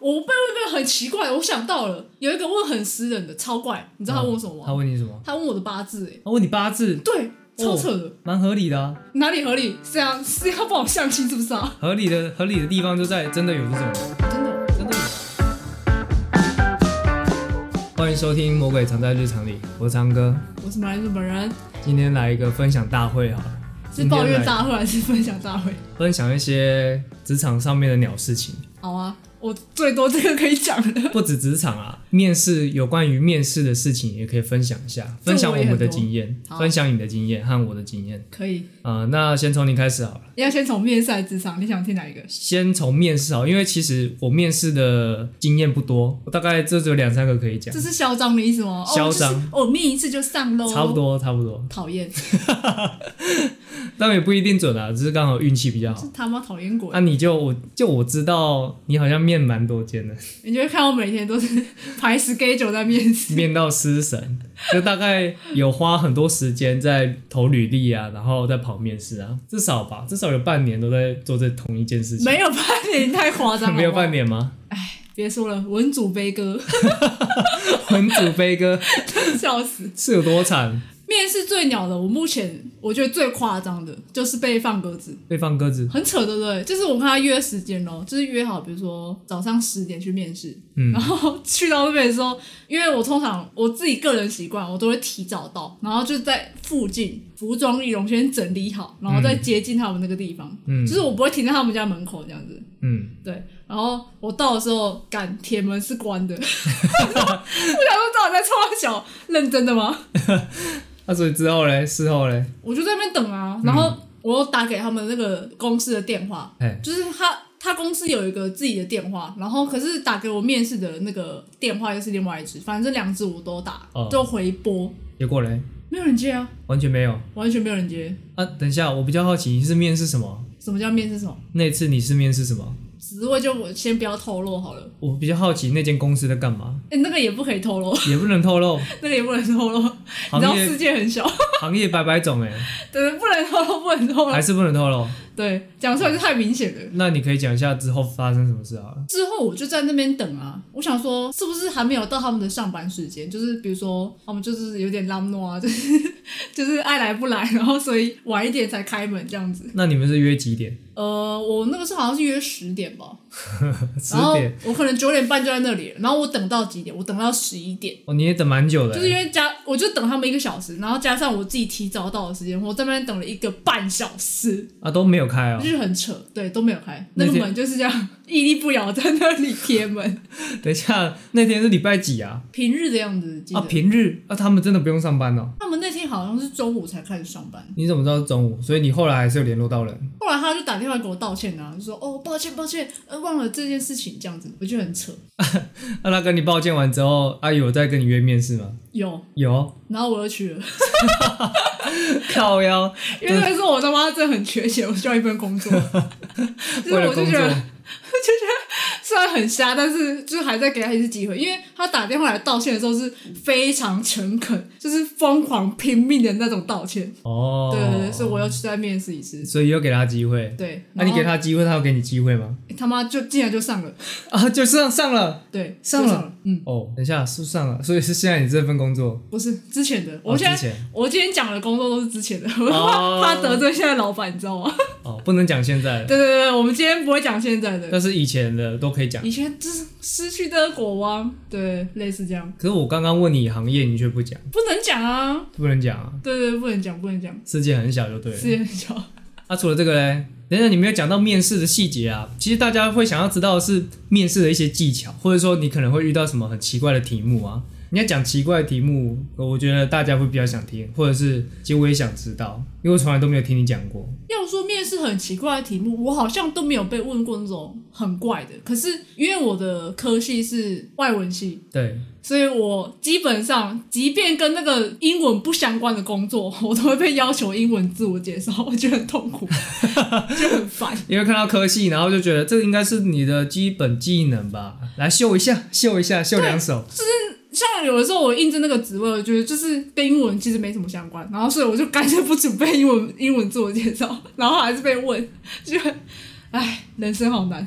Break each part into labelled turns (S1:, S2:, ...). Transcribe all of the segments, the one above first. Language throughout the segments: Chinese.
S1: 我被问一个很奇怪，我想到了，有一个问很私人的，超怪，你知道他问我什么
S2: 嗯他
S1: 吗？
S2: 问你什么？
S1: 他问我的八字、欸，
S2: 他问你八字，
S1: 对，
S2: 哦
S1: 超扯的，
S2: 蛮合理的啊。
S1: 哪里合理？是啊，是要帮我相亲是不是啊？
S2: 合理的合理的地方就在真的有这种人，
S1: 真的，
S2: 真的有啊。欢迎收听《魔鬼藏在日常里》，我是长哥，
S1: 我是马来日本人，
S2: 今天来一个分享大会好了，
S1: 是抱
S2: 今
S1: 怨
S2: 天来
S1: 大会还是分享大会？
S2: 分享一些职场上面的鸟事情，
S1: 好啊，我最多这个可以讲的。
S2: 不止职场啊，面试有关于面试的事情也可以分享一下，分享我们的经验
S1: 多，好
S2: 分享你的经验和我的经验。
S1: 可以，
S2: 呃，那先从你开始好了。
S1: 要先从面试还是职场，你想听哪一个？
S2: 先从面试好，因为其实我面试的经验不多，我大概这只有两三个可以讲
S1: 这，是哦嚣张的意思吗？
S2: 嚣张
S1: 哦就是我面一次就上喽，
S2: 差不。多差不多，
S1: 讨厌，
S2: 但也不一定准啊，只是刚好运气比较好
S1: 是。哦他妈讨厌鬼！
S2: 那、你就我就我知道你好像面蛮多 间的，
S1: 你就会看我每天都是排 schedule 在面试，
S2: 面到失神，就大概有花很多时间在投履历啊，然后在跑面试啊，至少吧，至少有半年都在做这同一件事情。
S1: 没有半年，你太夸 张了。
S2: 没有
S1: 好不好
S2: 半，年吗？
S1: 别说了，文主悲歌，,
S2: 文主飞哥
S1: 笑死！
S2: 是有多惨？
S1: 面试最鸟的，我目前我觉得最夸张的就是被放鸽子，
S2: 被放鸽子，
S1: 很扯，对不对？就是我跟他约时间咯，就是约好，比如说早上十点去面试，
S2: 嗯
S1: 然后去到那边的时候，因为我通常我自己个人习惯，我都会提早到，然后就在附近服装仪容先整理好，然后再接近他们那个地方，
S2: 嗯
S1: 就是我不会停在他们家门口这样子，
S2: 嗯，
S1: 对。然后我到的时候，赶铁门是关的，我想 说到底在冲他小，认真的吗？
S2: 那、所以之后嘞，事后嘞，
S1: 我就在那边等啊，
S2: 嗯
S1: 然后我又打给他们那个公司的电话，
S2: 哎，
S1: 就是他他公司有一个自己的电话，然后可是打给我面试的那个电话又是另外一支，反正这两支我都打，
S2: 哦
S1: 就回拨，
S2: 结果嘞，
S1: 没有人接啊，
S2: 完全没有
S1: 完全没有人接。
S2: 啊！等一下，我比较好奇你是面试什么？
S1: 什么叫面试什么？
S2: 那次你是面试什么？
S1: 职位就我先不要透露好了，
S2: 我比较好奇那间公司在干嘛，
S1: 哎、那个也不可以透露，
S2: 也不能透露
S1: 那个也不能透露，你知道
S2: 行
S1: 世
S2: 业
S1: 界很小，
S2: 行业百百 种哎，
S1: 对，不能透露，不能透露
S2: 还，是不能透露。
S1: 对，讲出来就太明显了。
S2: 那你可以讲一下之后发生什么事好了。
S1: 之后我就在那边等啊，我想说是不是还没有到他们的上班时间？就是比如说他们就是有点浪诺啊， 就是就是爱来不来，然后所以晚一点才开门这样子。
S2: 那你们是约几点？
S1: 呃，我那个时候好像是约十点吧，
S2: 十
S1: 然后
S2: 点？
S1: 我可能九点半就在那里了，然后我等到几点？我等到十一点，
S2: 哦，你也等蛮久的
S1: 就是因
S2: 欸，
S1: 为加我就等他们一个小时，然后加上我自己提早到的时间，我在那边等了一个半小时，
S2: 啊，都没有开哦
S1: 就。是很扯，对，都没有开，那
S2: 那
S1: 个
S2: 天
S1: 门就是这样屹立不摇在那里贴门，
S2: 等一下，那天是礼拜几啊？
S1: 平日的样子，记得
S2: 啊，平日啊，他们真的不用上班哦。
S1: 他们那天好像是中午才开始上班，
S2: 你怎么知道是中午？所以你后来还是有联络到人。
S1: 后来他就打电话给我道歉啊，就说哦抱歉抱歉，呃忘了这件事情这样子，我觉得很扯。
S2: 啊那、他跟你抱歉完之后，阿、姨有再跟你约面试吗？
S1: 有，
S2: 有，
S1: 然后我又去 了，
S2: 靠腰。
S1: 因为那时候我他妈真的很缺钱，我需要一份工作， 就是
S2: 为了
S1: 我就
S2: 工
S1: 觉
S2: 作，
S1: 得虽然很瞎，但是就是还在给他一次机会，因为他打电话来道歉的时候是非常诚恳，就是疯狂拼命的那种道歉。
S2: 哦，
S1: 对对对，所以我要去再面试一次。
S2: 所以又给他机会。
S1: 对，
S2: 那、啊你给
S1: 然后
S2: 他机会，他有给你机会吗？
S1: 他妈就竟然就上了，
S2: 啊，就上上了
S1: 对，
S2: 上
S1: 就
S2: 了
S1: 上了，嗯，
S2: 哦。等一下，是上了，所以是现在你这份工作。
S1: 不是之前的，
S2: 哦
S1: 我现在
S2: 之前
S1: 我今天讲的工作都是之前的， 我怕、
S2: 哦
S1: 怕得罪现在老板，你知道 吗？
S2: 哦，不能讲现在了，
S1: 对对对，我们今天不会讲现在的，
S2: 但是以前的都可以讲。
S1: 以前就是失去的国王，对，类似这样，
S2: 可是我刚刚问你行业，你却不讲，
S1: 不能讲啊，
S2: 不能讲啊。
S1: 对对对，不能讲，不能讲，
S2: 世界很小就对了
S1: 世。界很小，
S2: 啊，除了这个嘞，等一下你没有讲到面试的细节啊。其实大家会想要知道的是面试的一些技巧，或者说你可能会遇到什么很奇怪的题目啊。你要讲奇怪的题目，我觉得大家会比较想听，或者是其实我也想知道，因为我从来都没有听你讲过。
S1: 要说面试很奇怪的题目，我好像都没有被问过那种很怪的，可是因为我的科系是外文系，
S2: 对，
S1: 所以我基本上，即便跟那个英文不相关的工作，我都会被要求英文自我介绍，我觉得很痛 苦，就很烦。
S2: 因为看到科系，然后就觉得这个应该是你的基本技能吧，来秀一下，秀一下，秀两手。
S1: 像有的时候我应征那个职位，我觉得就是跟英文其实没什么相关，然后所以我就干脆不准备英文英文自我介绍，然后还是被问，就唉，人生好 难。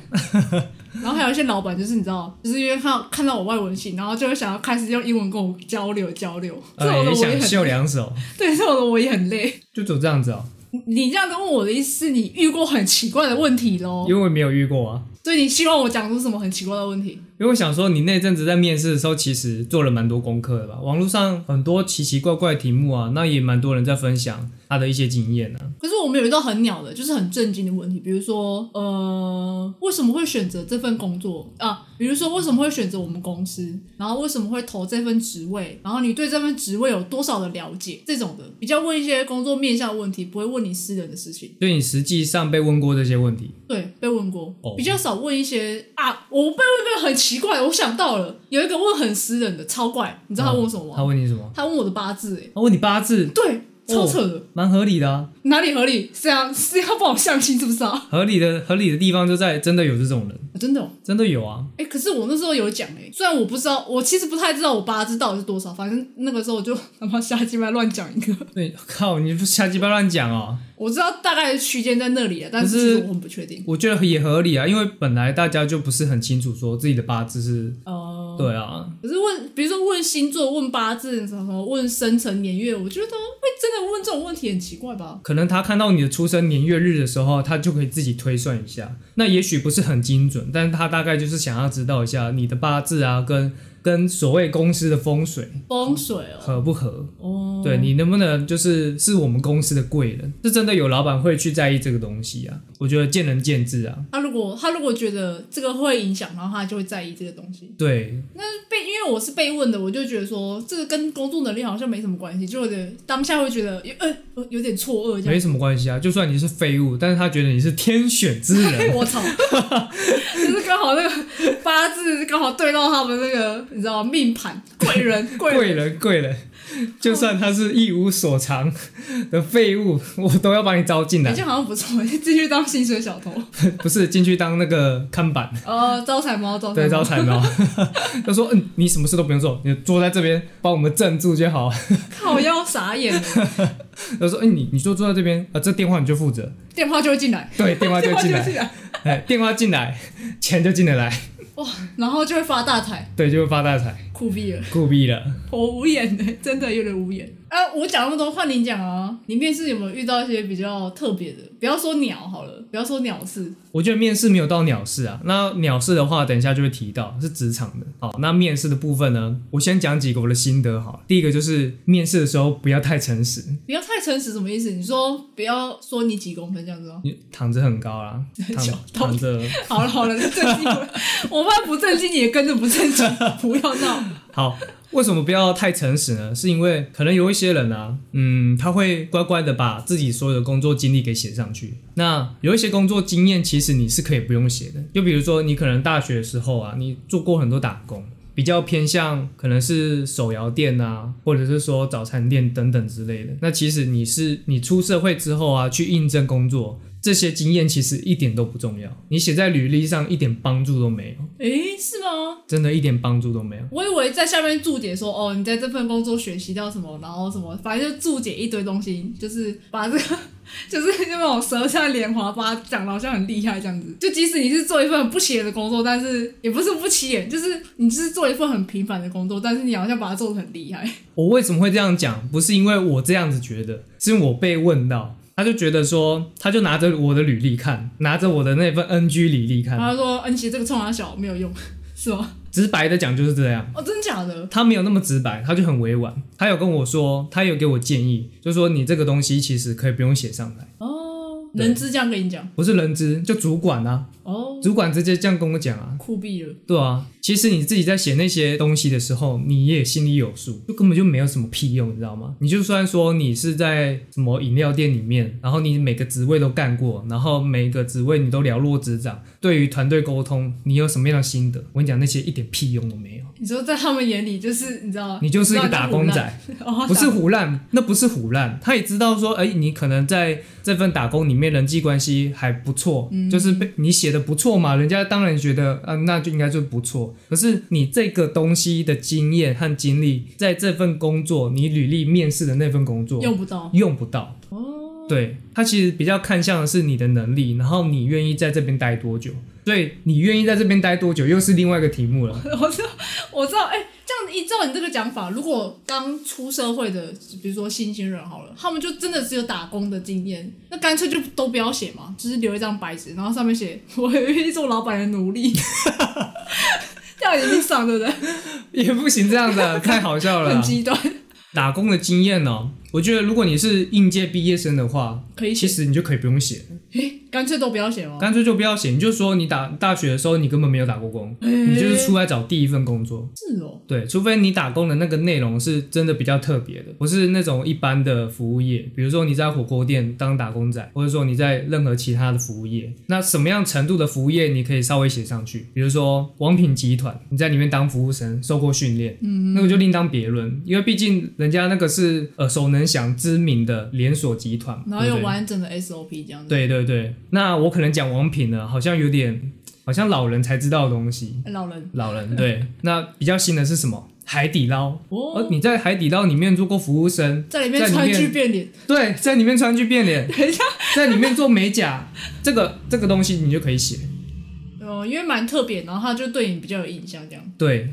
S1: 然后还有一些老板，就是你知道，就是因为看到看到我外文系，然后就会想要开始用英文跟我交流交流。这种的
S2: 呃，也
S1: 我
S2: 想
S1: 也
S2: 秀
S1: 很
S2: 两手，
S1: 对，这种的我也很累。
S2: 就走这样子哦、
S1: 你你这样子问我的意思，是你遇过很奇怪的问题喽？
S2: 因为我没有遇过啊。
S1: 所以你希望我讲出什么很奇怪的问题？
S2: 因为我想说，你那阵子在面试的时候，其实做了蛮多功课的吧？网络上很多奇奇怪怪的题目啊，那也蛮多人在分享他的一些经验啊。
S1: 可是我们有遇到很鸟的，就是很震惊的问题，比如说，呃，为什么会选择这份工作啊？比如说，为什么会选择我们公司？然后为什么会投这份职位？然后你对这份职位有多少的了解？这种的比较问一些工作面向的问题，不会问你私人的事情。
S2: 所以你实际上被问过这些问题，
S1: 对，被问过
S2: 哦，
S1: 比较少问一些啊。我被问一个很奇怪，我想到了，有一个问很私人的，超怪。你知道他问我什么吗？
S2: 啊他问你什么？
S1: 他问我的八字、欸，
S2: 他问你八字，
S1: 对，超扯的，
S2: 蛮合理的啊。
S1: 哪里合理？是啊，是要帮我相亲是不是啊？
S2: 合理的合理的地方就在真的有这种人，
S1: 真的、哦。
S2: 真的有啊。
S1: 哎、可是我那时候有讲哎、欸，虽然我不知道，我其实不太知道我八字到底是多少，反正那个时候我就他妈瞎鸡巴乱讲一个，
S2: 对，靠，你不瞎鸡巴乱讲哦。
S1: 我知道大概的区间在那里啊，但是
S2: 可是
S1: 其实我很不确定。
S2: 我觉得也合理啊，因为本来大家就不是很清楚说自己的八字是，
S1: 哦、
S2: 对啊，
S1: 可是问，比如说问星座、问八字什么、问生辰年月，我觉得会真的问这种问题很奇怪吧？
S2: 可能他看到你的出生年月日的时候，他就可以自己推算一下。那也许不是很精准，但是他大概就是想要知道一下你的八字啊，跟跟所谓公司的风水
S1: 风水哦、
S2: 合不合。
S1: 哦，
S2: 对你能不能就是是我们公司的贵人？是真的有老板会去在意这个东西啊？我觉得见仁见智啊。
S1: 他如果他如果觉得这个会影响，然后他就会在意这个东西。
S2: 对，
S1: 被因为我是被问的，我就觉得说这个跟工作能力好像没什么关系，就有点当下会觉得有呃呃有点错愕这样。
S2: 没什么关系啊。就算你是废物，但是他觉得你是天选之人。
S1: 我操！就是刚好那个八字刚好对到他们那个，你知道吗命盘贵人 贵人
S2: 贵人，啊贵人，就算他是一无所长的废物，我都要把你招进来
S1: 哎，。这好像不错，继续当薪水小偷。
S2: 不是进去当那个看板，
S1: 呃，招财猫，招
S2: 对，
S1: 财
S2: 招
S1: 猫。
S2: 财 猫。他说：“嗯，你什么事都不用做，你坐在这边帮我们镇住就好。
S1: 靠腰傻眼了，”
S2: 他说：“嗯，你你就坐在这边，啊，这电话你就负 责，
S1: 电话就会进来，
S2: 对，电话就
S1: 电话
S2: 进
S1: 就会
S2: 来，
S1: 进来，
S2: 哎，电话进来，钱就进得来，
S1: 然后就会发大财，
S2: 对，就会发大财，
S1: 酷毙了！
S2: 酷毙了。
S1: 我无言的，真的有点无言。啊，我讲那么多，换你讲啊。你面试有没有遇到一些比较特别的？不要说鸟好了，不要说鸟事，”
S2: 我觉得面试没有到鸟事啊，那鸟事的话，等一下就会提到是职场的。好，那面试的部分呢，我先讲几个我的心得好了。第一个就是面试的时候不要太诚实，
S1: 不要太诚实，什么意思？你说不要说你几公分这样 子吗？哦
S2: 你躺着很高啦， 躺躺着
S1: 好了好了，正经，我怕不正经你也跟着不正经，不要 闹。
S2: 好，为什么不要太诚实呢？是因为可能有一些人啊，嗯，他会乖乖的把自己所有的工作经历给写上去。那有一些工作经验，其实你是可以不用写的。就比如说，你可能大学的时候啊，你做过很多打工。比较偏向可能是手摇店啊，或者是说早餐店等等之类的。那其实你是你出社会之后啊，去应征工作，这些经验其实一点都不重要，你写在履历上一点帮助都没有，
S1: 诶，是吗？
S2: 真的一点帮助都没有。
S1: 我以为在下面注解说，哦，你在这份工作学习到什么，然后什么，反正就注解一堆东西，就是把这个，就是那种舌灿莲花，把它讲的好像很厉害这样子。就即使你是做一份很不起眼的工作，但是也不是不起眼，就是你就是做一份很平凡的工作，但是你好像把它做的很厉害。
S2: 我为什么会这样讲？不是因为我这样子觉得，是因为我被问到，他就觉得说，他就拿着我的履历看，拿着我的那份 NG 履历
S1: 然
S2: 看，
S1: 后他说，嗯、你写这个冲他小没有用， 是吗？
S2: 直白的讲就是这样。
S1: 哦，真假的？
S2: 他没有那么直白，他就很委婉。他有跟我说，他有给我建议，就说你这个东西其实可以不用写上来，
S1: 哦，
S2: 对
S1: 人资这样跟你讲，
S2: 不是人资就主管啊，
S1: 哦，
S2: 主管直接这样跟我讲啊，
S1: 酷毙了。
S2: 对啊。其实你自己在写那些东西的时候，你也心里有数，就根本就没有什么屁用，你知道吗？你就算说你是在什么饮料店里面，然后你每个职位都干过，然后每个职位你都了若指掌，对于团队沟通，你有什么样的心得？我跟你讲，那些一点屁用都没有，
S1: 你说在他们眼里，就是你知道，
S2: 你就是一个打工仔。
S1: 哦，
S2: 不是胡乱，那不是胡乱，他也知道说，哎、你可能在这份打工里面人际关系还不错，
S1: 嗯
S2: 就是被你写的不错嘛，人家当然觉得，啊，那就应该就不错。可是你这个东西的经验和经历，在这份工作，你履历面试的那份工作
S1: 用不到。
S2: 用不到，
S1: 哦，
S2: 对，它其实比较看向的是你的能力，然后你愿意在这边待多久。所以你愿意在这边待多久，又是另外一个题目了。
S1: 我知道，我知道，哎、这样依照你这个讲法，如果刚出社会的，比如说新鲜人好了，他们就真的只有打工的经验，那干脆就都不要写嘛，就是留一张白纸，然后上面写 “我愿意做老板的奴隶”， 这样也命上对不对？
S2: 也不行这样子、啊，太好笑了
S1: 很
S2: 啊。
S1: 极端，
S2: 打工的经验哦，我觉得如果你是应届毕业生的话，
S1: 可以
S2: 其
S1: 写，
S2: 实你就可以不用写，
S1: 干脆都不要写吗？
S2: 干脆就不要写，你就说你打大学的时候你根本没有打过工，你就是出来找第一份工作。
S1: 是哦，
S2: 对，除非你打工的那个内容是真的比较特别的，不是那种一般的服务业，比如说你在火锅店当打工仔，或者说你在任何其他的服务业，那什么样程度的服务业你可以稍微写上去，比如说王品集团，你在里面当服务生，受过训练，嗯，那个就另当别论，因为毕竟人家那个是耳熟能详、知名的连锁集团，
S1: 然后
S2: 对
S1: 有
S2: 不对
S1: 完整的 SOP 这样子。
S2: 对对对，那我可能讲王品呢，好像有点，好像老人才知道的东西，
S1: 哎老人
S2: 老人对，那比较新的是什么？海底捞。
S1: 哦，
S2: 哦，你在海底捞里面做过服务生，
S1: 在里
S2: 在
S1: 面
S2: 里
S1: 川
S2: 面
S1: 剧变脸，
S2: 对，在里面川剧变脸，
S1: 等一下，
S2: 在里面做美甲，这个这个东西你就可以写。
S1: 哦，因为蛮特别，然后他就对你比较有印象这样。
S2: 对，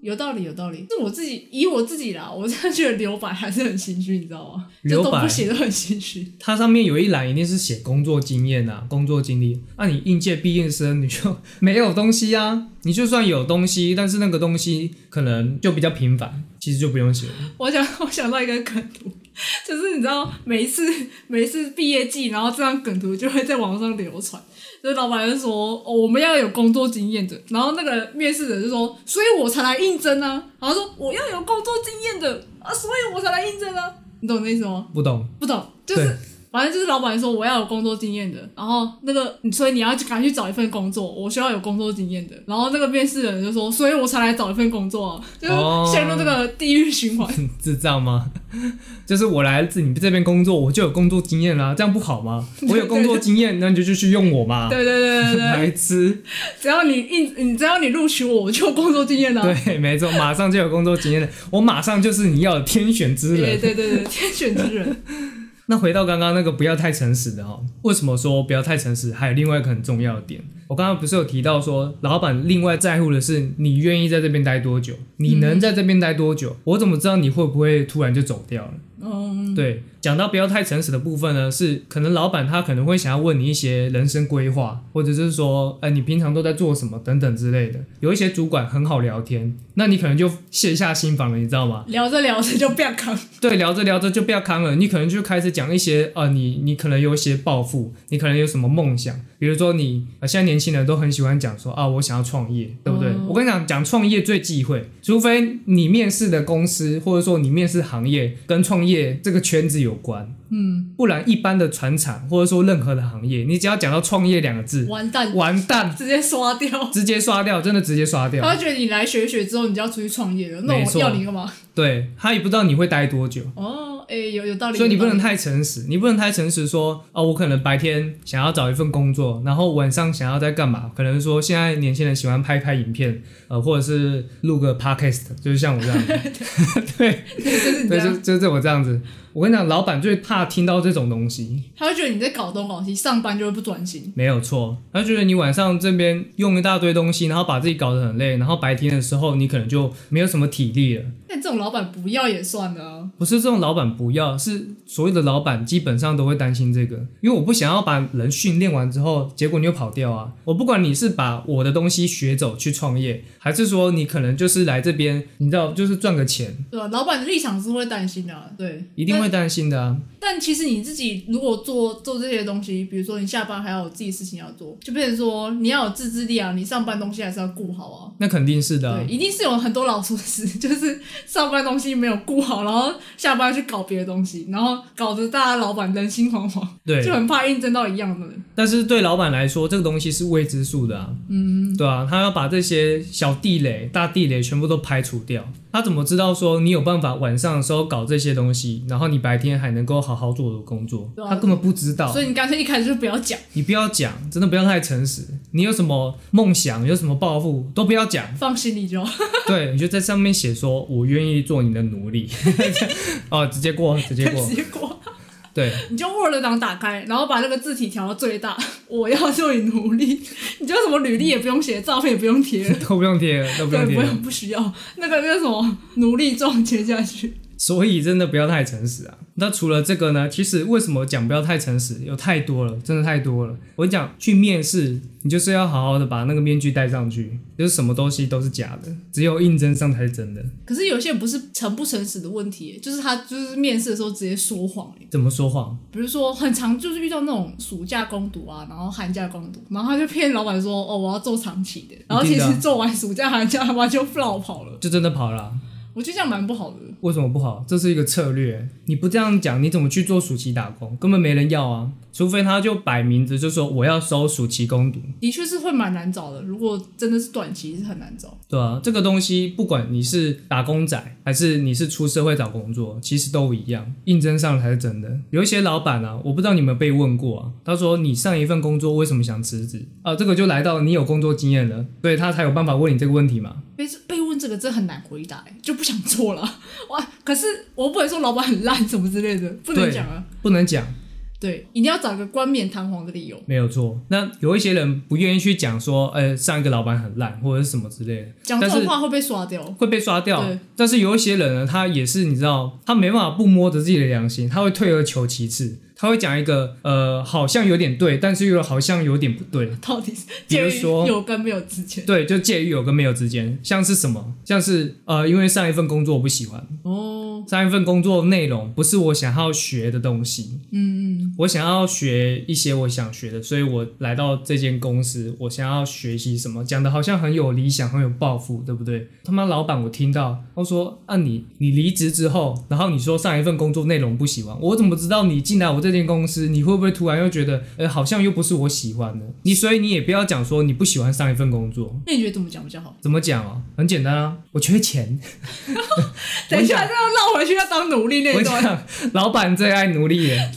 S1: 有道理，有道理。是我自己以我自己啦，我真的觉得留白还是很心虚，你知道吗？就
S2: 留白
S1: 都不写都很心虚。
S2: 它上面有一栏一定是写工作经验啊，工作经历。那、你应届毕业生你就没有东西啊，你就算有东西，但是那个东西可能就比较平凡，其实就不用写了。
S1: 我想，我想到一个梗图，就是你知道，每一次每一次毕业季，然后这张梗图就会在网上流传。就是老板就说、哦，我们要有工作经验的，然后那个面试者就说，所以我才来应征啊。然后说我要有工作经验的啊，所以我才来应征啊。你懂我的意思吗？
S2: 不懂，
S1: 不懂，就是
S2: 对
S1: 反正就是老板说我要有工作经验的，然后那个你所以你要去赶紧去找一份工作，我需要有工作经验的，然后那个面试人就说，所以我才来找一份工作、啊，就是
S2: 哦
S1: 陷入这个地狱循环。
S2: 智障吗？就是我来自你这边工作，我就有工作经验啦、啊这样不好吗？我有工作经验，那你就继续用我嘛。
S1: 对对对对对，
S2: 白痴。
S1: 只要你应你只要你录取我，我就有工作经验了、
S2: 对，没错，马上就有工作经验了，我马上就是你要的天选之
S1: 对
S2: 人。
S1: 对对对，天选之人，
S2: 那回到刚刚那个不要太诚实的哦，为什么说不要太诚实？还有另外一个很重要的点，我刚刚不是有提到说，老板另外在乎的是你愿意在这边待多久，你
S1: 嗯
S2: 能在这边待多久？我怎么知道你会不会突然就走掉了？
S1: 嗯，
S2: 对，讲到不要太诚实的部分呢，是可能老板他可能会想要问你一些人生规划，或者是说，哎、你平常都在做什么等等之类的。有一些主管很好聊天，那你可能就卸下心防了，你知道吗？
S1: 聊着聊着就不要扛，
S2: 对，聊着聊着就不要康了，你可能就开始讲一些啊，你你可能有一些抱负，你可能有什么梦想，比如说你啊，现在年轻人都很喜欢讲说啊，我想要创业，对不对？
S1: 嗯
S2: 我跟你讲，讲创业最忌讳，除非你面试的公司或者说你面试行业跟创业这个圈子有关，嗯，不然一般的传产或者说任何的行业，你只要讲到创业两个字，
S1: 完蛋，
S2: 完蛋，
S1: 直接刷掉。
S2: 直接刷掉，真的直接刷掉。
S1: 他会觉得你来学一学之后，你就要出去创业了，那
S2: 没
S1: 我
S2: 错
S1: 要你干嘛？
S2: 对他也不知道你会待多久。
S1: 哦，哎、有有道理。
S2: 所以你
S1: 有
S2: 不
S1: 道理
S2: 能太诚实，你不能太诚实说哦，我可能白天想要找一份工作，然后晚上想要在干嘛？可能说现在年轻人喜欢拍拍影片，呃，或者是录个 podcast，就是像我这样 子，对，
S1: 就是你这
S2: 对，
S1: 样
S2: 就就是我这样子。我跟你讲，老板最怕听到这种东西，
S1: 他会觉得你在搞东搞西，上班就会不专心。
S2: 没有错。他觉得你晚上这边用一大堆东西，然后把自己搞得很累，然后白天的时候你可能就没有什么体力了。
S1: 但这种老板不要也算了啊。
S2: 不是这种老板不要，是所有的老板基本上都会担心这个，因为我不想要把人训练完之后，结果你又跑掉啊！我不管你是把我的东西学走去创业，还是说你可能就是来这边，你知道，就是赚个钱，
S1: 对吧？老板的立场是会担心的、啊，对，
S2: 一定会担心的啊！
S1: 但。但其实你自己如果做做这些东西，比如说你下班还要有自己事情要做，就变成说你要有自制力啊，你上班东西还是要顾好啊。
S2: 那肯定是的啊、
S1: 对，一定是有很多老鼠屎， 就是上班东西没有顾好，然后下班去搞别的东西，然后搞得大家老板人心惶惶，
S2: 对
S1: 就很怕应征到一样的人。
S2: 但是对老板来说，这个东西是未知数的啊，嗯，对啊，他要把这些小地雷、大地雷全部都排除掉。他怎么知道说你有办法晚上的时候搞这些东西，然后你白天还能够好好做我的工作？
S1: 对啊
S2: 他根本不知道。
S1: 所以你干脆一开始就不要讲，
S2: 你不要讲，真的不要太诚实。你有什么梦想，有什么抱负，都不要讲。
S1: 放心里就好。
S2: 对，你就在上面 写说，我愿意做你的奴隶。哦，直接过，直接过。
S1: 结果
S2: 对，
S1: 你就 Word 档打开，然后把那个字体调到最大。我要做你奴隶， 你就什么履历也不用写，照片也不用贴了，
S2: 都不用贴了，都不
S1: 对
S2: 用，贴啊
S1: 不
S2: 了。
S1: 用不需要那个那个什么奴隶状贴下去。
S2: 所以真的不要太诚实啊。那除了这个呢，其实为什么讲不要太诚实，有太多了，真的太多了。我讲去面试，你就是要好好的把那个面具戴上去，就是什么东西都是假的，只有应征上才是真的。
S1: 可是有些人不是诚不诚实的问题，就是他就是面试的时候直接说谎。
S2: 怎么说谎？
S1: 比如说，很常就是遇到那种暑假攻读啊，然后寒假攻读，然后他就骗老板说：“哦，我要做长期的。”然后其
S2: 一定的
S1: 实
S2: 啊
S1: 做完暑假、寒假，他妈就落跑了。
S2: 就真的跑了啊、
S1: 我觉得这样蛮不好的。
S2: 为什么不好？这是一个策略。你不这样讲，你怎么去做暑期打工？根本没人要啊！除非他就摆明着就说我要收暑期工读，
S1: 的确是会蛮难找的。如果真的是短期，是很难找。
S2: 对啊，这个东西不管你是打工仔还是你是出社会找工作，其实都一样，应征上才是真的。有一些老板啊，我不知道你们被问过啊，他说你上一份工作为什么想辞职啊？这个就来到你有工作经验了，所以他才有办法问你这个问题嘛。
S1: 被被问这个真的很难回答、欸，就不想做了。 哇，可是我不能说老板很烂什么之类的，不能
S2: 对
S1: 讲啊。
S2: 不能讲，
S1: 对，一定要找一个冠冕堂皇的理由，
S2: 没有错。那有一些人不愿意去讲说，呃，上一个老板很烂或者是什么之类的，
S1: 讲这种话会被刷掉。
S2: 会被刷掉
S1: 对。
S2: 但是有一些人呢，他也是你知道，他没办法不摸着自己的良心，他会退而求其次，他会讲一个呃，好像有点对，但是又好像有点不对。
S1: 到底是
S2: 比
S1: 介
S2: 如
S1: 于
S2: 说
S1: 有跟没有之间？
S2: 对，就介于有跟没有之间，像是什么，像是呃，因为上一份工作我不喜欢，
S1: 哦，
S2: 上一份工作内容不是我想要学的东西，
S1: 嗯嗯，
S2: 我想要学一些我想学的，所以我来到这间公司，我想要学习什么，讲的好像很有理想，很有抱负，对不对？他妈老板，我听到他说啊你，你离职之后，然后你说上一份工作内容不喜欢，我怎么知道你进来我这间公司，你会不会突然又觉得，呃，好像又不是我喜欢的？你所以你也不要讲说你不喜欢上一份工作。
S1: 那你觉得怎么讲比较好？
S2: 怎么讲哦？很简单啊，我缺钱。
S1: 等一下，
S2: 我
S1: 这要绕回去要当奴隶那
S2: 我
S1: 一段，
S2: 讲，老板最爱奴隶了。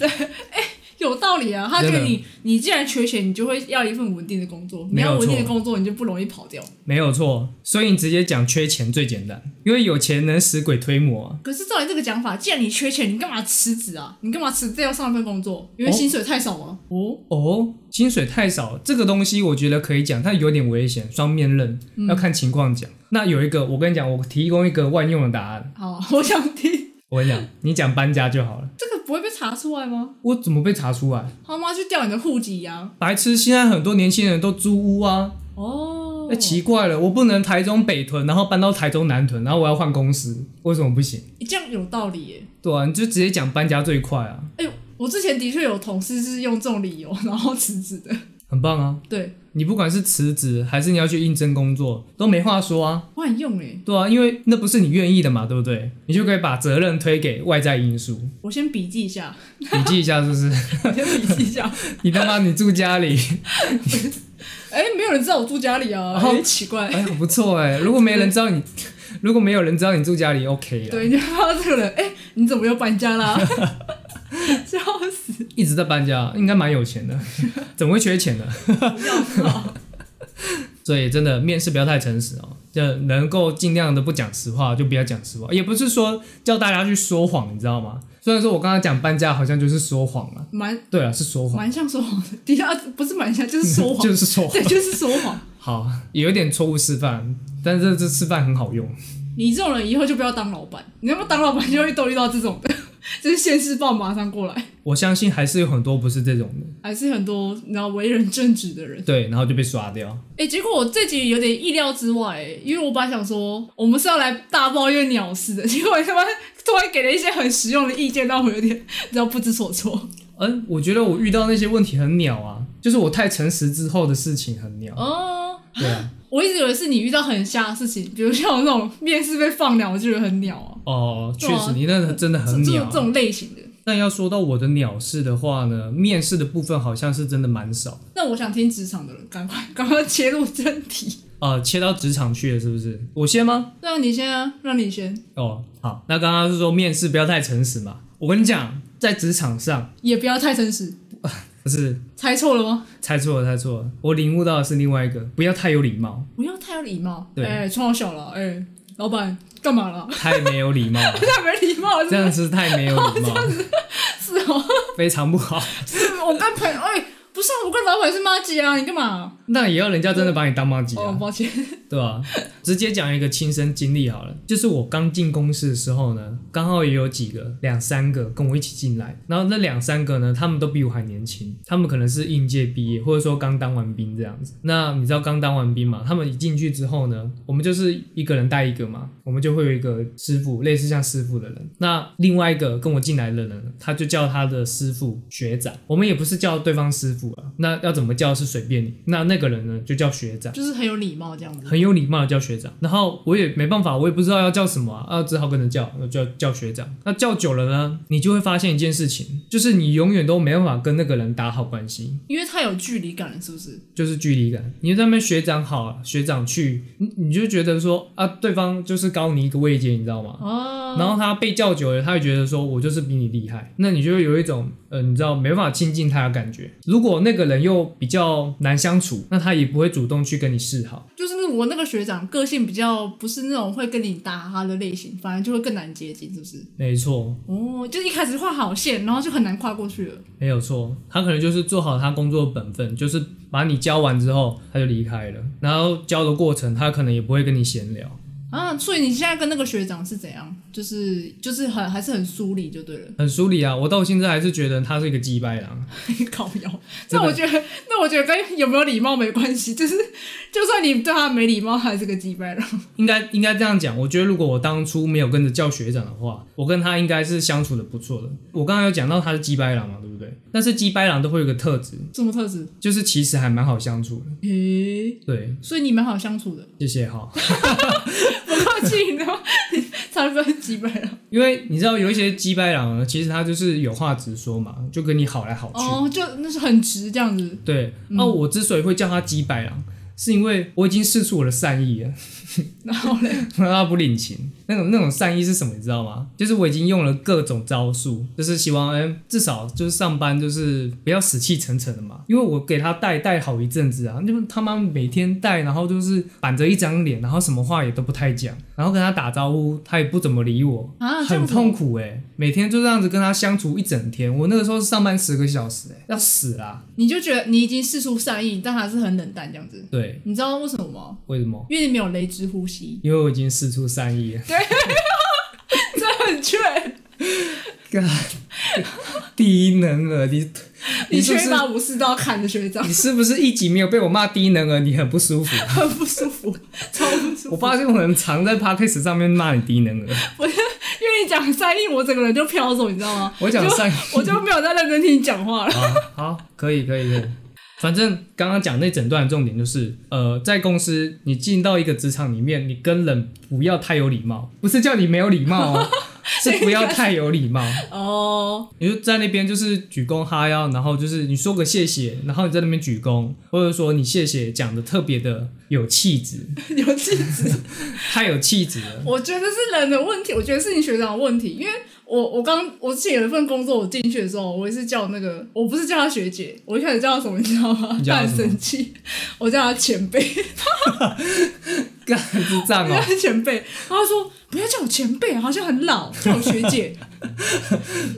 S1: 有道理啊。他觉得
S2: 真的
S1: 你，你既然缺钱，你就会要一份稳定的工作。你
S2: 没有
S1: 要稳定的
S2: 错
S1: 工作，你就不容易跑掉。
S2: 没有错，所以你直接讲缺钱最简单，因为有钱能使鬼推磨啊。
S1: 可是照你这个讲法，既然你缺钱，你干嘛辞职啊？你干嘛辞掉上一份工作？因为
S2: 哦
S1: 薪水太少吗？哦，
S2: 哦，薪水太少，这个东西我觉得可以讲，它有点危险，双面刃，要看情况讲。那有一个，我跟你讲，我提供一个万用的答案。
S1: 好，我想听。
S2: 我跟你讲，你讲搬家就好了。
S1: 这个不会被查出来吗？
S2: 我怎么被查出来？
S1: 他妈去调你的户籍啊呀、
S2: 白痴！现在很多年轻人都租屋啊，
S1: 哦
S2: 那、奇怪了，我不能台中北屯，然后搬到台中南屯，然后我要换公司，为什么不行？
S1: 这样有道理耶。
S2: 对啊，你就直接讲搬家最快啊，
S1: 哎呦，我之前的确有同事是用这种理由 然后辞职的。
S2: 很棒啊！
S1: 对，
S2: 你不管是辞职还是你要去应征工作，都没话说啊，
S1: 我很用哎。
S2: 对啊，因为那不是你愿意的嘛，对不对？你就可以把责任推给外在因素。
S1: 我先笔记一下，
S2: 笔记一下是不是？
S1: 我 先笔记一下。
S2: 你他妈你住家里，
S1: 哎、没有人知道我住家里啊，
S2: 然后
S1: 很奇怪。
S2: 哎呀不错哎、如果没人知道你，如果没有人知道你住家里，OK 啊，
S1: 对，你就看到这个人，哎、你怎么又搬家啦、 笑死！
S2: 一直在搬家，应该蛮有 钱的，怎么会缺钱呢？所以真的面试不要太诚实哦，就能够尽量的不讲实话就不要讲实话，也不是说叫大家去说谎，你知道吗？虽然说我刚刚讲搬家好像就是说谎了，
S1: 蛮
S2: 对啊，是说谎，
S1: 蛮像说谎的，底下不是蛮像， 就是说谎，
S2: 就是说谎。
S1: 对，就是说谎。
S2: 好，有一点错误示范，但是这示范很好用。
S1: 你这种人以后就不要当老板，你要不当老板就会都遇到这种的， 就是现世报马上过来，
S2: 我相信还是有很多不是这种的，
S1: 还是很多你知道为人正直的人。
S2: 对，然后就被刷掉。
S1: 哎、结果我这集有点意料之外、诶因为我本来想说我们是要来大抱怨鸟事的， 结果他妈突然给了一些很实用的意见，让我有点你知道不知所措。
S2: 嗯，我觉得我遇到那些问题很鸟啊，就是我太诚实之后的事情很鸟。
S1: 哦，
S2: 对啊，
S1: 我一直以为是你遇到很瞎的事情，比如像我那种面试被放鸟，我就觉得很鸟啊，
S2: 哦，
S1: 对
S2: 确
S1: 啊
S2: 实，你那个真的
S1: 这
S2: 很
S1: 这
S2: 鸟
S1: 种这
S2: 啊。
S1: 种类型的。
S2: 但要说到我的鸟事的话呢，面试的部分好像是真的蛮少
S1: 那我想听职场的人，赶快 赶快切入正 题。
S2: 啊、呃切到职场去了是不是？我先吗？
S1: 让你先啊，让你先，
S2: 哦，好，那刚刚是说面试不要太诚实嘛。我跟你讲，在职场上
S1: 也不要太诚实。
S2: 不是
S1: 猜错了吗？
S2: 猜错了，猜错了，我领悟到的是另外一个，不要太有礼貌。
S1: 不要太有礼貌。
S2: 对
S1: 哎、穿好小了，哎、老板干嘛了？
S2: 太没有礼貌了，
S1: 太没礼貌了，
S2: 这
S1: 真
S2: 样
S1: 的
S2: 是太没有礼貌了。
S1: 是哦。
S2: 非常不好。
S1: 我跟朋友，哎、不是啊，我跟老板是妈吉啊，你干嘛？
S2: 那也要人家真的把你当妈鸡
S1: 哦，
S2: 啊，
S1: 抱歉，
S2: 对吧、直接讲一个亲身经历好了，就是我刚进公司的时候呢，刚好也有几个两三个跟我一起进来，然后那两三个呢，他们都比我还年轻，他们可能是应届毕业，或者说刚当完兵这样子。那你知道刚当完兵嘛？他们一进去之后呢，我们就是一个人带一个嘛，我们就会有一个师傅，类似像师傅的人。那另外一个跟我进来的人，他就叫他的师傅学长，我们也不是叫对方师傅啊，那要怎么叫是随便你。那那个人呢，就叫学长。
S1: 就是很有礼貌这样子。
S2: 很有礼貌的叫学长，然后我也没办法，我也不知道要叫什么啊，啊只好跟着叫，那叫叫学长。那叫久了呢，你就会发现一件事情，就是你永远都没办法跟那个人打好关系，
S1: 因为太有距离感了，是不是？
S2: 就是距离感。你在那边学长好，学长去，你你就觉得说啊，对方就是高你一个位阶，你知道吗？
S1: 哦，
S2: 然后他被叫久了，他会觉得说我就是比你厉害，那你就会有一种呃，你知道没办法亲近他的感觉。如果那个人又比较难相处，那他也不会主动去跟你示好。
S1: 就是那我那个学长个性比较不是那种会跟你打哈的类型，反而就会更难接近，是不是？
S2: 没错，
S1: 哦，就是一开始画好线，然后就很难跨过去了。
S2: 没有错，他可能就是做好他工作的本分，就是把你教完之后他就离开了，然后教的过程他可能也不会跟你闲聊，
S1: 啊，所以你现在跟那个学长是怎样？就是就是很还是很疏离就对了，
S2: 很疏离啊。我到现在还是觉得他是一个啊鸡掰狼，
S1: 靠腰。
S2: 真
S1: 那
S2: 的
S1: 我觉得，那我觉得跟有没有礼貌没关系，就是就算你对他没礼貌，还是个鸡掰了。
S2: 应该应该这样讲。我觉得如果我当初没有跟着叫学长的话，我跟他应该是相处的不错的。我刚刚有讲到他是鸡掰狼嘛，对不对？但是鸡掰狼都会有个特质，
S1: 什么特质？
S2: 就是其实还蛮好相处的。
S1: 诶、
S2: 对，
S1: 所以你蛮好相处的，
S2: 谢谢哈。
S1: 不靠近的话， 才不会鸡掰了。
S2: 因为你知道有一些鸡掰狼呢，其实他就是有话直说嘛，就跟你好来好去。
S1: 哦，就那是很直这样子。
S2: 对，那、我之所以会叫他鸡白狼，是因为我已经试出我的善意了，
S1: 然后嘞，
S2: 让他不领情。那种那种善意是什么，你知道吗？就是我已经用了各种招数，就是希望，哎、至少就是上班就是不要死气沉沉的嘛。因为我给他带带好一阵子啊，就是他妈每天带，然后就是板着一张脸，然后什么话也都不太讲，然后跟他打招呼，他也不怎么理我，
S1: 啊，这
S2: 很
S1: 样子
S2: 痛苦哎、每天就这样子跟他相处一整天。我那个时候是上班十个小时哎、要死啦！
S1: 你就觉得你已经试出善意，但还是很冷淡这样子。
S2: 对，
S1: 你知道为什么吗？
S2: 为什么？
S1: 因为你没有雷之呼吸，
S2: 因为我已经试出善意了。
S1: 这很缺，
S2: 干， 低能儿，你
S1: 你
S2: 是
S1: 缺
S2: 不是
S1: 把武士刀砍的学长
S2: 你，是不是一集没有被我骂低能儿，你很不 舒服？
S1: 很不舒服，超不舒服。
S2: 我发现我很常在 podcast 上面骂你低能儿，
S1: 因为你讲善意，我整个人就飘走，你知道吗？
S2: 我讲
S1: 就
S2: 善意
S1: 我就没有在认真听你讲话了。
S2: 好，好，可以，可以，可以。反正刚刚讲那整段的重点就是，呃，在公司你进到一个职场里面，你跟人不要太有礼貌，不是叫你没有礼貌 哦，是不要太有礼貌。
S1: 哦，
S2: 你就在那边就是鞠躬哈腰，然后就是你说个谢谢，然后你在那边鞠躬，或者说你谢谢讲的特别的有气质，
S1: 有气质，
S2: 太有气质 了。
S1: 我觉得是人的问题，我觉得是你学长的问题，因为。我我刚我之前有一份工作，我进去的时候，我也是叫那个，我不是叫他学姐，我一开始叫他什么，你知道吗
S2: 你？叫
S1: 他
S2: 她
S1: 很
S2: 什么
S1: 生气，我叫他前辈，
S2: 干智障
S1: 因为
S2: 哦
S1: 他！是前辈，然后他说不要叫我前辈，好像很老，叫我学姐。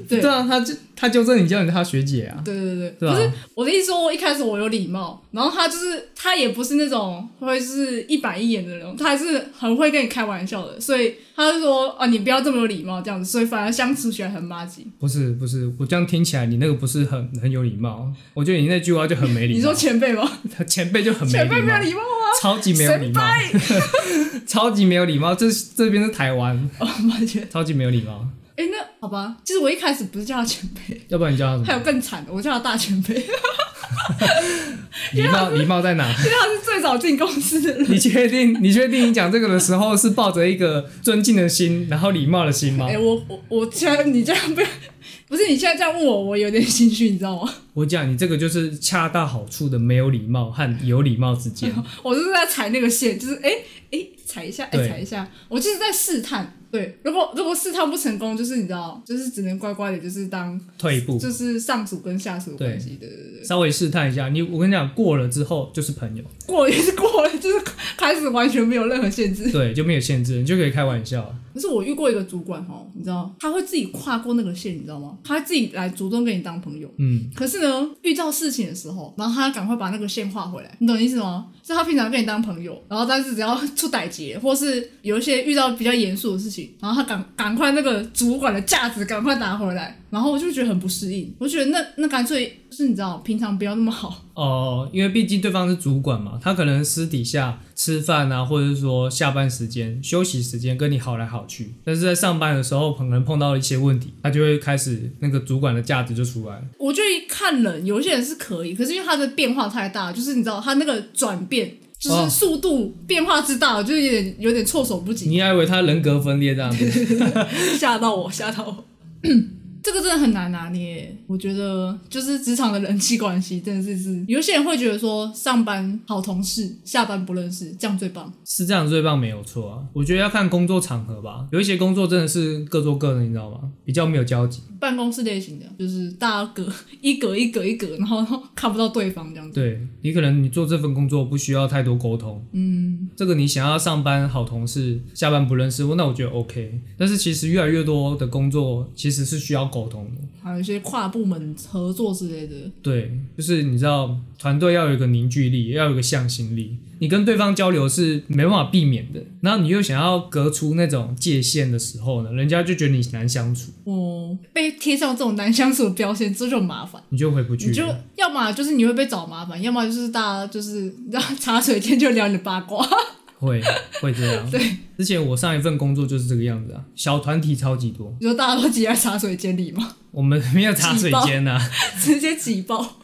S1: 对
S2: 对啊，他就他纠正你叫你他学姐啊，
S1: 对对对，
S2: 对啊
S1: 不是我的意思说，我一开始我有礼貌，然后他就是他也不是那种会是一板一眼的人，他还是很会跟你开玩笑的，所以他就说啊，你不要这么有礼貌这样子，所以反而相处起来很垃圾。
S2: 不是不是，我这样听起来你那个不是很很有礼貌，我觉得你那句话就很没礼貌。
S1: 你说前辈吗？
S2: 他前辈就很没
S1: 前
S2: 礼
S1: 辈没
S2: 貌
S1: 有，礼貌吗？
S2: 超级没有礼貌， 超级没有礼貌。这这边是台湾，
S1: 哦，抱歉。
S2: 超级没有礼貌。
S1: 哎，那好吧，其实我一开始不是叫他前辈，
S2: 要不然你叫他
S1: 还
S2: 什
S1: 有
S2: 么？
S1: 更惨的，我叫他大前辈，因为
S2: 礼貌礼貌在哪？
S1: 他是最早进公司的人。
S2: 你确定？你确定你讲这个的时候是抱着一个尊敬的心，然后礼貌的心吗
S1: 哎、？我我我现在你这样被，不是你现在这样问我，我有点心虚，你知道吗？
S2: 我讲你这个就是恰到好处的没有礼貌和有礼貌之间。
S1: 我就是在踩那个线，就是哎哎、诶踩一下，哎、
S2: 对
S1: 踩一下，我就是在试探。对，如果如果试探不成功，就是你知道，就是只能乖乖的，就是当
S2: 退一步，
S1: 就是上属跟下属的
S2: 对
S1: 关系。对对对，
S2: 稍微试探一下。你我跟你讲，过了之后就 是朋友，
S1: 过了也是过了，就是开始完全没有任何限制。
S2: 对，就没有限制，你就可以开玩笑了。
S1: 可是我遇过一个主管哦，你知道，他会自己跨过那个线，你知道吗？他会自己来主动跟你当朋友。
S2: 嗯，
S1: 可是呢，遇到事情的时候，然后他赶快把那个线画回来，你懂意思吗？是他平常跟你当朋友，然后但是只要出歹劫，或是有一些遇到比较严肃的事情，然后他赶赶快那个主管的架子赶快拿回来，然后我就觉得很不适应，我觉得那那干脆就是你知道，平常不要那么好，
S2: 哦，因为毕竟对方是主管嘛，他可能私底下吃饭啊，或者是说下班时间、休息时间跟你好来好去，但是在上班的时候可能碰到了一些问题，他就会开始那个主管的价值就出来了。
S1: 我觉得看人，有些人是可以，可是因为他的变化太大，就是你知道他那个转变，就是
S2: 哦
S1: 速度变化之大，我就是有点有点措手不及，
S2: 你还以为他人格分裂这样子？
S1: 吓到我，吓到我。 这个真的很难拿捏，我觉得就是职场的人际关系，真的是是有些人会觉得说上班好同事，下班不认识，这样最棒。
S2: 是这样最棒没有错啊，我觉得要看工作场合吧，有一些工作真的是各做各的，你知道吗？比较没有交集。
S1: 办公室类型的，就是大家隔一格一格一格，然后看不到对方这样子。
S2: 对你可能你做这份工作不需要太多沟通，
S1: 嗯，
S2: 这个你想要上班好同事，下班不认识，那我觉得 OK。但是其实越来越多的工作其实是需要沟通的，
S1: 还有一些跨部门合作之类的，
S2: 对，就是你知道团队要有一个凝聚力，要有一个向心力。你跟对方交流是没办法避免的，然后你又想要隔出那种界限的时候呢，人家就觉得你难相处，
S1: 哦，被贴上这种难相处的标签，这就很麻烦。
S2: 你就回不去
S1: 你
S2: 了。
S1: 就要么就是你会被找麻烦，要么就是大家就是 让茶水间就聊你的八卦。
S2: 会会这 样。
S1: 对，
S2: 之前我上一份工作就是这个样子啊，小团体超级多，
S1: 你说大家都挤在茶水间里吗？
S2: 我们 没有茶水间啊，
S1: 直接挤爆，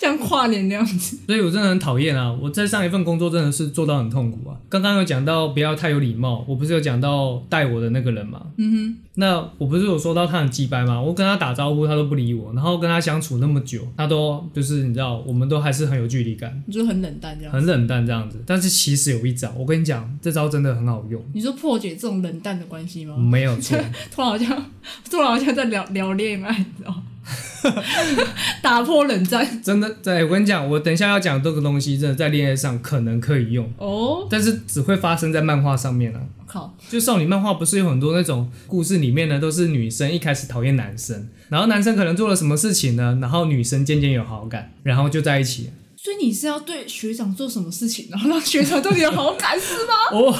S1: 像跨年那样子。
S2: 所以我真的很讨厌啊。我在上一份工作真的是做到很痛苦啊。刚刚有讲到不要太有礼貌，我不是有讲到带我的那个人嘛，嗯哼，那我不是有说到他很鸡掰嘛，我跟他打招呼他都不理我，然后跟他相处那么久，他都就是你知道，我们都还是很有距离感，
S1: 你就很冷淡这样。
S2: 很冷淡这样子。但是其实有一招，我跟你讲，这招真的很好用，
S1: 你说破解这种冷淡的关系吗？
S2: 没有错。
S1: 突然好像，突然好像在聊聊恋爱，你知道吗？ 打破冷战
S2: 真的，对我跟你讲，我等一下要讲这个东西，真的在恋爱上可能可以用，
S1: 哦，
S2: 但是只会发生在漫画上面啊。
S1: 靠，
S2: 就少女漫画不是有很多那种故事里面呢，都是女生一开始讨厌男生，然后男生可能做了什么事情呢，然后女生渐渐有好感，然后就在一起。
S1: 所以你是要对学长做什么事情，然后 让学长对你有好感是吗？
S2: 哦，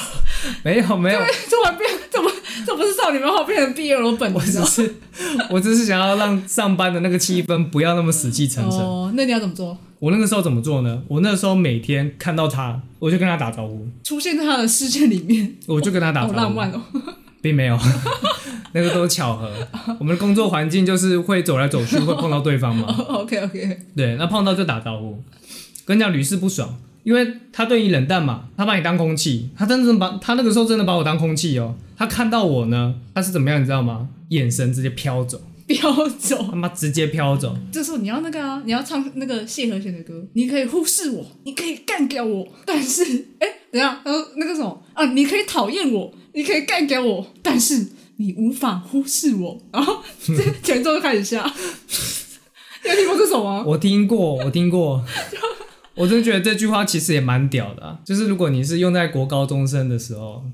S2: 没有没有，
S1: 突然变，这不这不是少女漫画变成毕业罗本，
S2: 我
S1: 你知
S2: 只
S1: 道吗？
S2: 是我只是想要让上班的那个气氛不要那么死气沉沉。
S1: 哦，那你要怎么做？
S2: 我那个时候怎么做呢？我那时候每天看到他，我就跟他打招呼，
S1: 出现在他的世界里面，
S2: 我就跟他打招
S1: 好
S2: 呼。
S1: 浪漫哦。
S2: 并没有， 那个都是巧合。我们的工作环境就是会走来走去，会碰到对 方嘛。
S1: OK OK，
S2: 对，那碰到就打招呼。跟你讲，屡试不爽，因为他对你冷淡嘛，他把你当空气，他真的把他那个时候真的把我当空气哦。他看到我呢，他是怎么样，你知道吗？眼神直接飘走，
S1: 飙走。
S2: 他妈直接飘走。
S1: 这时候你要那个啊，你要唱那个谢和弦的歌，你可以忽视我，你可以干掉我，但是，哎，等一下，他说那个什么啊，你可以讨厌我，你可以干掉我，但是你无法忽视我。然后这前奏就开始下，你有听过这首吗？
S2: 我听过，我听过。我真的觉得这句话其实也蛮屌的、啊，就是如果你是用在国高中生的时候，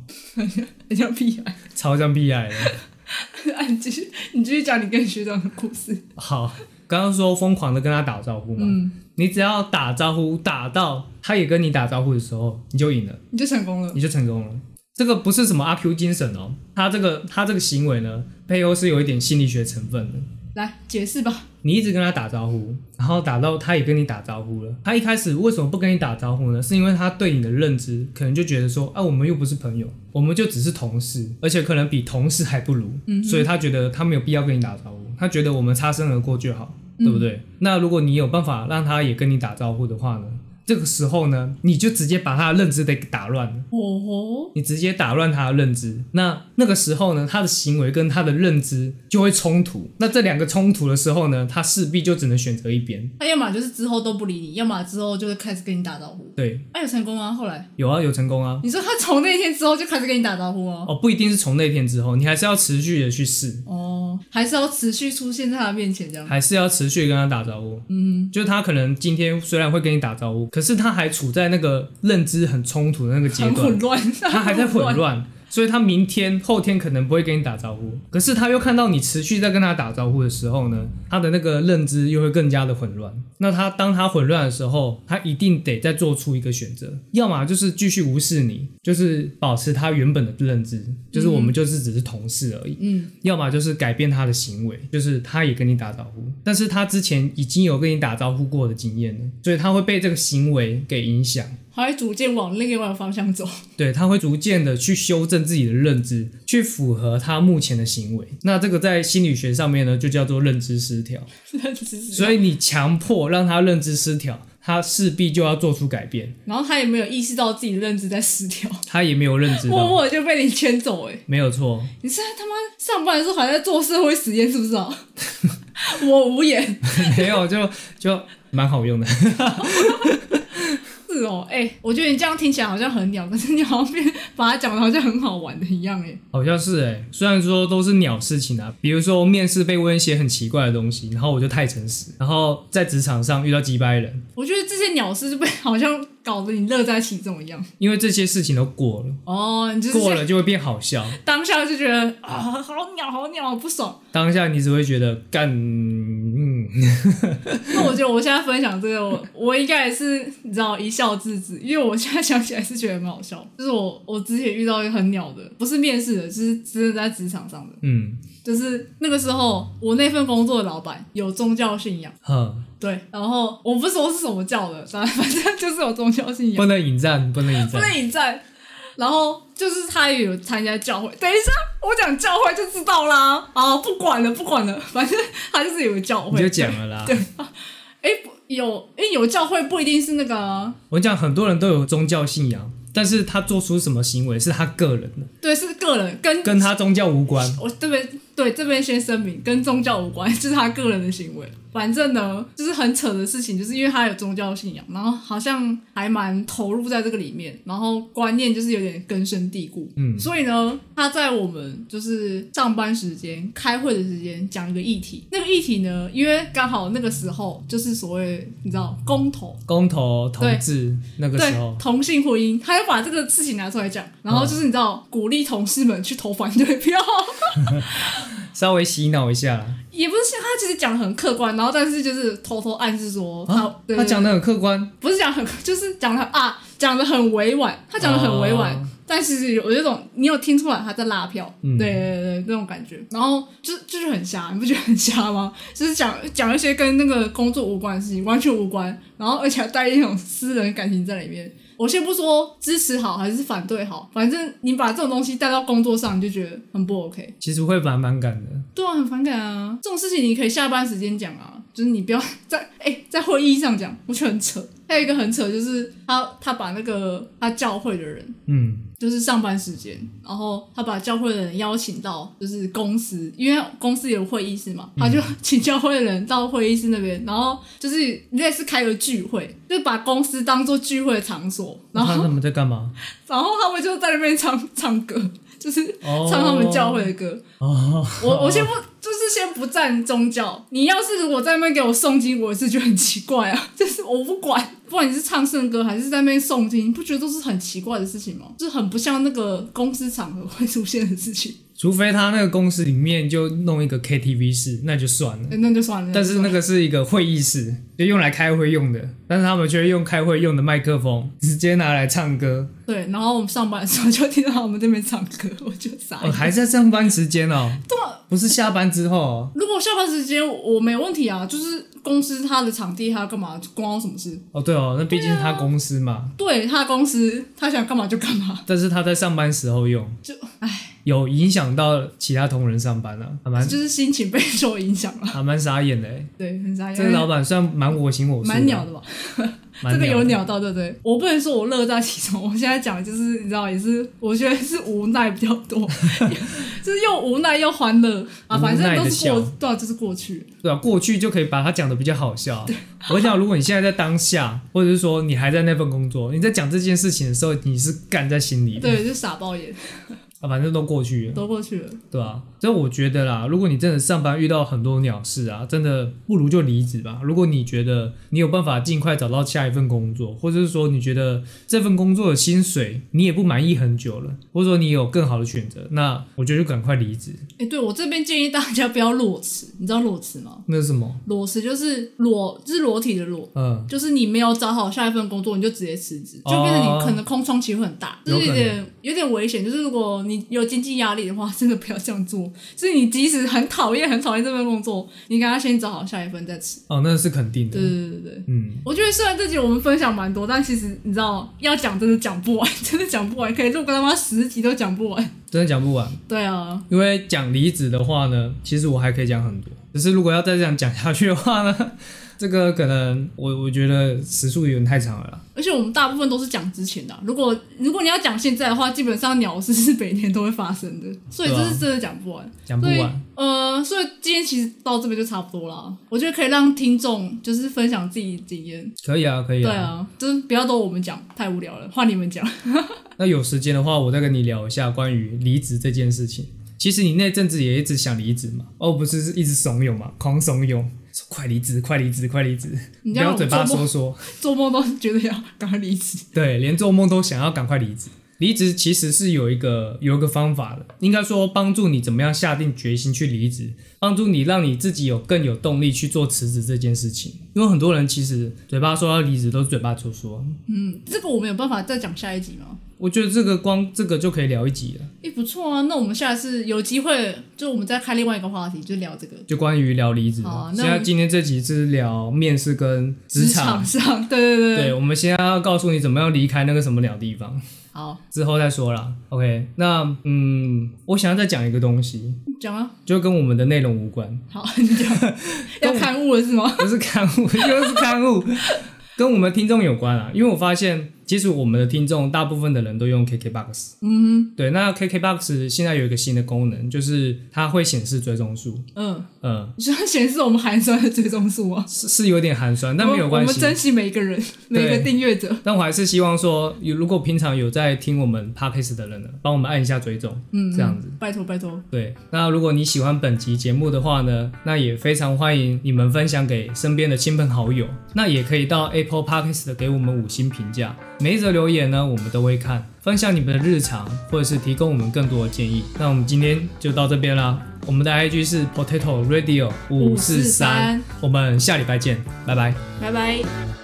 S1: 很像屁孩。
S2: 超像屁孩的。
S1: 啊，你继续，你继续讲你跟学长的故事。
S2: 好，刚刚说疯狂的跟他打招呼嘛，
S1: 嗯
S2: 你只要打招呼打到他也跟你打招呼的时候，你就赢了，
S1: 你就成功了。
S2: 你就成功了。这个不是什么阿 Q 精神哦，他这个他这个行为呢，背后是有一点心理学成分的。
S1: 来解释吧。
S2: 你一直跟他打招呼，然后打到他也跟你打招呼了。他一开始为什么不跟你打招呼呢？是因为他对你的认知可能就觉得说，啊，我们又不是朋友，我们就只是同事，而且可能比同事还不如，所以他觉得他没有必要跟你打招呼，他觉得我们擦身而过就好，对不对？那如果你有办法让他也跟你打招呼的话呢，这个时候呢，你就直接把他的认知给打乱了，
S1: 哦吼，
S2: 你直接打乱他的认知。那那个时候呢，他的行为跟他的认知就会冲突。那这两个冲突的时候呢，他势必就只能选择一边。
S1: 他啊要么就是之后都不理你，要么之后就会开始跟你打招呼。
S2: 对，
S1: 哎、有成功吗？后来
S2: 有啊，有成功啊。
S1: 你说他从那天之后就开始跟你打招呼吗？
S2: 哦，不一定是从那天之后，你还是要持续的去试，
S1: 哦，还是要持续出现在他面前这样。
S2: 还是要持续地跟他打招呼。
S1: 嗯，
S2: 就是他可能今天虽然会跟你打招呼，可是他还处在那个认知很冲突的那个阶
S1: 很
S2: 段
S1: 混，乱，
S2: 他还在混。乱，所以他明天、后天可能不会跟你打招呼。可是他又看到你持续在跟他打招呼的时候呢，他的那个认知又会更加的混乱。那他当他混乱的时候，他一定得再做出一个选择，要么就是继续无视你，就是保持他原本的认知，就是我们就是只是同事而已。
S1: 嗯，
S2: 要么就是改变他的行为，就是他也跟你打招呼，但是他之前已经有跟你打招呼过的经验了，所以他会被这个行为给影响。
S1: 还会逐渐往另外一个方向 走。
S2: 对，他会逐渐的去修正自己的认知，去符合他目前的行为。那这个在心理学上面呢，就叫做认知失调。
S1: 认知失
S2: 所以你强迫让他认知失调，他势必就要做出改变。
S1: 然后他也没有意识到自己的认知在失调，
S2: 他也没有认知
S1: 默
S2: 到，
S1: 默的就被你牵走、哎，
S2: 没有错，
S1: 你是在他妈上班的时候还在做社会实验是不是啊？ 我无言。
S2: 没有就就蛮好用的。
S1: 是哦，哎、我觉得你这样听起来好像很鸟，可是你好像变把它讲的好像很好玩的一样、哎，
S2: 好像是哎、虽然说都是鸟事情啊，比如说面试被问一些很奇怪的东西，然后我就太诚实，然后在职场上遇到几百人，
S1: 我觉得这些鸟事就被好像搞得你乐在其中一样。
S2: 因为这些事情都过了，
S1: 哦，你就是
S2: 过了就会变好笑。
S1: 当下就觉得啊，好鸟，好鸟，不爽。
S2: 当下你只会觉得干，嗯，
S1: 那我觉得我现在分享这个，我我应该也是你知道一笑置之，因为我现在想起来是觉得很好笑。就是我我之前遇到一个很鸟的，不是面试的，就是真的在职场上的，
S2: 嗯，
S1: 就是那个时候我那份工作的老板有宗教信仰，
S2: 哼，
S1: 对，然后我不说是什么教的，反正反正就是有宗教信仰
S2: 不，能引战，不能引
S1: 不
S2: 战，
S1: 能引战。然后就是他也有参加教会，等一下我讲教会就知道啦。啊，不管了，不管了，反正他就是有个教
S2: 你
S1: 会
S2: 就，讲了啦。
S1: 哎、不有哎、有教会不一定是那个啊、
S2: 我讲很多人都有宗教信仰，但是他做出什么行为是他个人的，
S1: 对，是个人跟
S2: 跟他宗教无关。
S1: 我这边对这边先声明，跟宗教无关， 就是他个人的行为。反正呢，就是很扯的事情，就是因为他有宗教信仰，然后好像还蛮投入在这个里面，然后观念就是有点根深蒂固。
S2: 嗯
S1: 所以呢，他在我们就是上班时间、开会的时间讲一个议题，那个议题呢，因为刚好那个时候就是所谓你知道公投，
S2: 公投同志那个
S1: 对
S2: 时候，嗯
S1: 同性婚姻，他要把这个事情拿出来讲，然后就是你知道、鼓励同事们去投反对票，
S2: 稍微洗脑一下啦。
S1: 也不是像他其实讲的很客观，然后但是就是偷偷暗示说他、
S2: 啊
S1: 对
S2: 他讲的很客观，
S1: 不是讲很 就是讲的啊讲的很委婉，他讲的很委婉，
S2: 哦
S1: 但其实有有一种你有听出来他在拉票，
S2: 嗯
S1: 对对对那种感觉，然后就就是很瞎，你不觉得很瞎吗？ 就是讲讲一些跟那个工作无关的事情，完全无关，然后而且还带一种私人感情在里面。我先不说支持好还是反对好，反正你把这种东西带到工作上，你就觉得很不 OK。
S2: 其实会蛮反感的。
S1: 对啊，很反感啊！这种事情你可以下班时间讲啊，就是你不要 在哎、在会议上讲，我觉得很扯。还有一个很扯，就是他他把那个他教会的人，
S2: 嗯，
S1: 就是上班时间，然后他把教会的人邀请到就是公司，因为公司有会议室嘛，他就请教会的人到会议室那边，然后 就是类似开个聚会，就把公司当做聚会的场所，然
S2: 那他
S1: 后
S2: 他们在干嘛？
S1: 然后他们就在那边唱唱歌，就是
S2: 哦，
S1: 唱他们教会的歌。
S2: 哦，
S1: 我我先不就是先不站宗教，你要是如果在那边给我诵经，我也是觉得很奇怪啊， 就是我不管，不管你是唱圣歌还是在那边诵经，你不觉得都是很奇怪的事情吗？就是很不像那个公司场合会出现的事情，
S2: 除非他那个公司里面就弄一个 KTV 室，那就算了。
S1: 哎那就算了。
S2: 但是那
S1: 就算了
S2: 个是一个会议室，就用来开会用的，但是他们却用开会用的麦克风直接拿来唱歌，
S1: 对，然后我们上班的时候就听到我们这边唱歌， 我就傻
S2: 哦，
S1: 眼。
S2: 还在上班时间哦，不是下班之后哦，
S1: 如果下班时间我我没问题啊，就是公司他的场地他要干嘛，关我什么事？
S2: 哦对哦，那毕竟是他公司嘛，
S1: 对他的公司他想干嘛就干嘛，
S2: 但是他在上班时候用，
S1: 就
S2: 有影响到其他同仁上班了、还蛮
S1: 就是心情被受影响了。啊
S2: 还蛮傻眼的欸，
S1: 对，很傻眼。
S2: 这个老板算蛮我行我素，
S1: 哎蛮鸟的吧？
S2: 蛮
S1: 这个
S2: 妙
S1: 有
S2: 的
S1: 鸟到，对不对？我不能说我乐在其中，我现在讲的就是你知道，也是我觉得是无奈比较多， 就是又无奈又欢乐啊，反正都是
S2: 无奈
S1: 过
S2: 地笑，
S1: 对啊，就是过去。
S2: 对吧、过去就可以把它讲的比较好笑。我想，如果你现在在当下，或者是说你还在那份工作，你在讲这件事情的时候，你是干在心里的，
S1: 对，就傻爆眼，
S2: 啊，反正都过去了，
S1: 都过去了。
S2: 对吧、所以我觉得啦，如果你真的上班遇到很多鸟事啊，真的不如就离职吧。如果你觉得你有办法尽快找到下一份工作，或者是说你觉得这份工作的薪水你也不满意很久了，或者说你有更好的选择，那我觉得就赶快离职。
S1: 哎、对我这边建议大家不要裸辞，你知道裸辞吗？
S2: 那是什么？
S1: 裸辞就是裸，就是裸体的裸，
S2: 嗯，
S1: 就是你没有找好下一份工作，你就直接辞职，
S2: 哦
S1: 就变成你可能空窗期会很大，
S2: 有
S1: 就
S2: 可
S1: 是
S2: 能
S1: 有点有点危险。就是如果你有经济压力的话，真的不要这样做。就是你即使很讨厌很讨厌这份工作，你赶快先找好下一份再辞。
S2: 哦，那是肯定的
S1: 对。对对对对。
S2: 嗯，
S1: 我觉得虽然这集我们分享蛮多，但其实你知道要讲真的讲不完，真的讲不完，可以录个他妈十集都讲不完。
S2: 真的讲不完。
S1: 对啊，
S2: 因为讲离职的话呢，其实我还可以讲很多，只是如果要再这样讲下去的话呢， 这个可能我我觉得时速有点太长了啦。
S1: 而且我们大部分都是讲之前的啊、如果如果你要讲现在的话，基本上鸟事是 每天都会发生的，所以
S2: 对啊
S1: 这是真的讲不完。
S2: 讲不
S1: 所以
S2: 完，
S1: 呃，所以今天其实到这边就差不多了。我觉得可以让听众就是分享自己的经验，
S2: 可以啊，可以
S1: 对
S2: 啊。
S1: 啊，就是不要都我们讲，太无聊了，换你们 讲。
S2: 那有时间的话，我再跟你聊一下关于离职这件事情。其实你那阵子也一直想离职嘛，哦，不是是一直怂恿嘛，狂怂恿，说快离职，快离职，快离职，
S1: 你
S2: 不
S1: 这样
S2: 要
S1: 我做
S2: 嘴巴
S1: 梦
S2: 说说，
S1: 做梦都觉得要赶快离职，
S2: 对，连做梦都想要赶快离职。离职其实是有一个有一个方法的，应该说帮助你怎么样下定决心去离职，帮助你让你自己有更有动力去做辞职这件事情。因为很多人其实嘴巴说要离职都是嘴巴说说，
S1: 嗯，这个我们有办法再讲下一集吗？
S2: 我觉得这个光这个就可以聊一集了，
S1: 诶，不错啊，那我们下次有机会，就我们再开另外一个话题，就聊这个
S2: 就关于聊离职的。
S1: 好啊那
S2: 现
S1: 我
S2: 在今天这集是聊面试跟职场，
S1: 场上，对对对
S2: 对，我们先要告诉你怎么样离开那个什么鸟地方，
S1: 好，
S2: 之后再说啦。OK，那嗯，我想要再讲一个东西，
S1: 讲啊，
S2: 就跟我们的内容无关。
S1: 好，你讲，要刊物了是吗？
S2: 不是刊物， 又是刊物，跟我们听众有关啊。因为我发现，其实我们的听众大部分的人都用 KKBox。嗯，对。那 KKBox 现在有一个新的功能，就是它会显示追踪数。
S1: 嗯，
S2: 嗯，
S1: 你说显示我们寒酸的追踪数吗？
S2: 是是有点寒酸，但没有
S1: 我
S2: 关
S1: 们我们
S2: 系。
S1: 珍惜每一个人，每一个
S2: 对
S1: 订阅者。
S2: 但我还是希望说，有如果平常有在听我们 podcast 的人呢，帮我们按一下追踪，
S1: 嗯，
S2: 这样子。
S1: 拜托拜托，
S2: 对，那如果你喜欢本集节目的话呢，那也非常欢迎你们分享给身边的亲朋好友。那也可以到 Apple Podcast 给我们五星评价，每一则留言呢，我们都会看，分享你们的日常，或者是提供我们更多的建议。那我们今天就到这边啦，我们的 IG 是 Potato Radio 五四三，
S1: 543
S2: 我们下礼拜见，拜拜。
S1: 拜拜。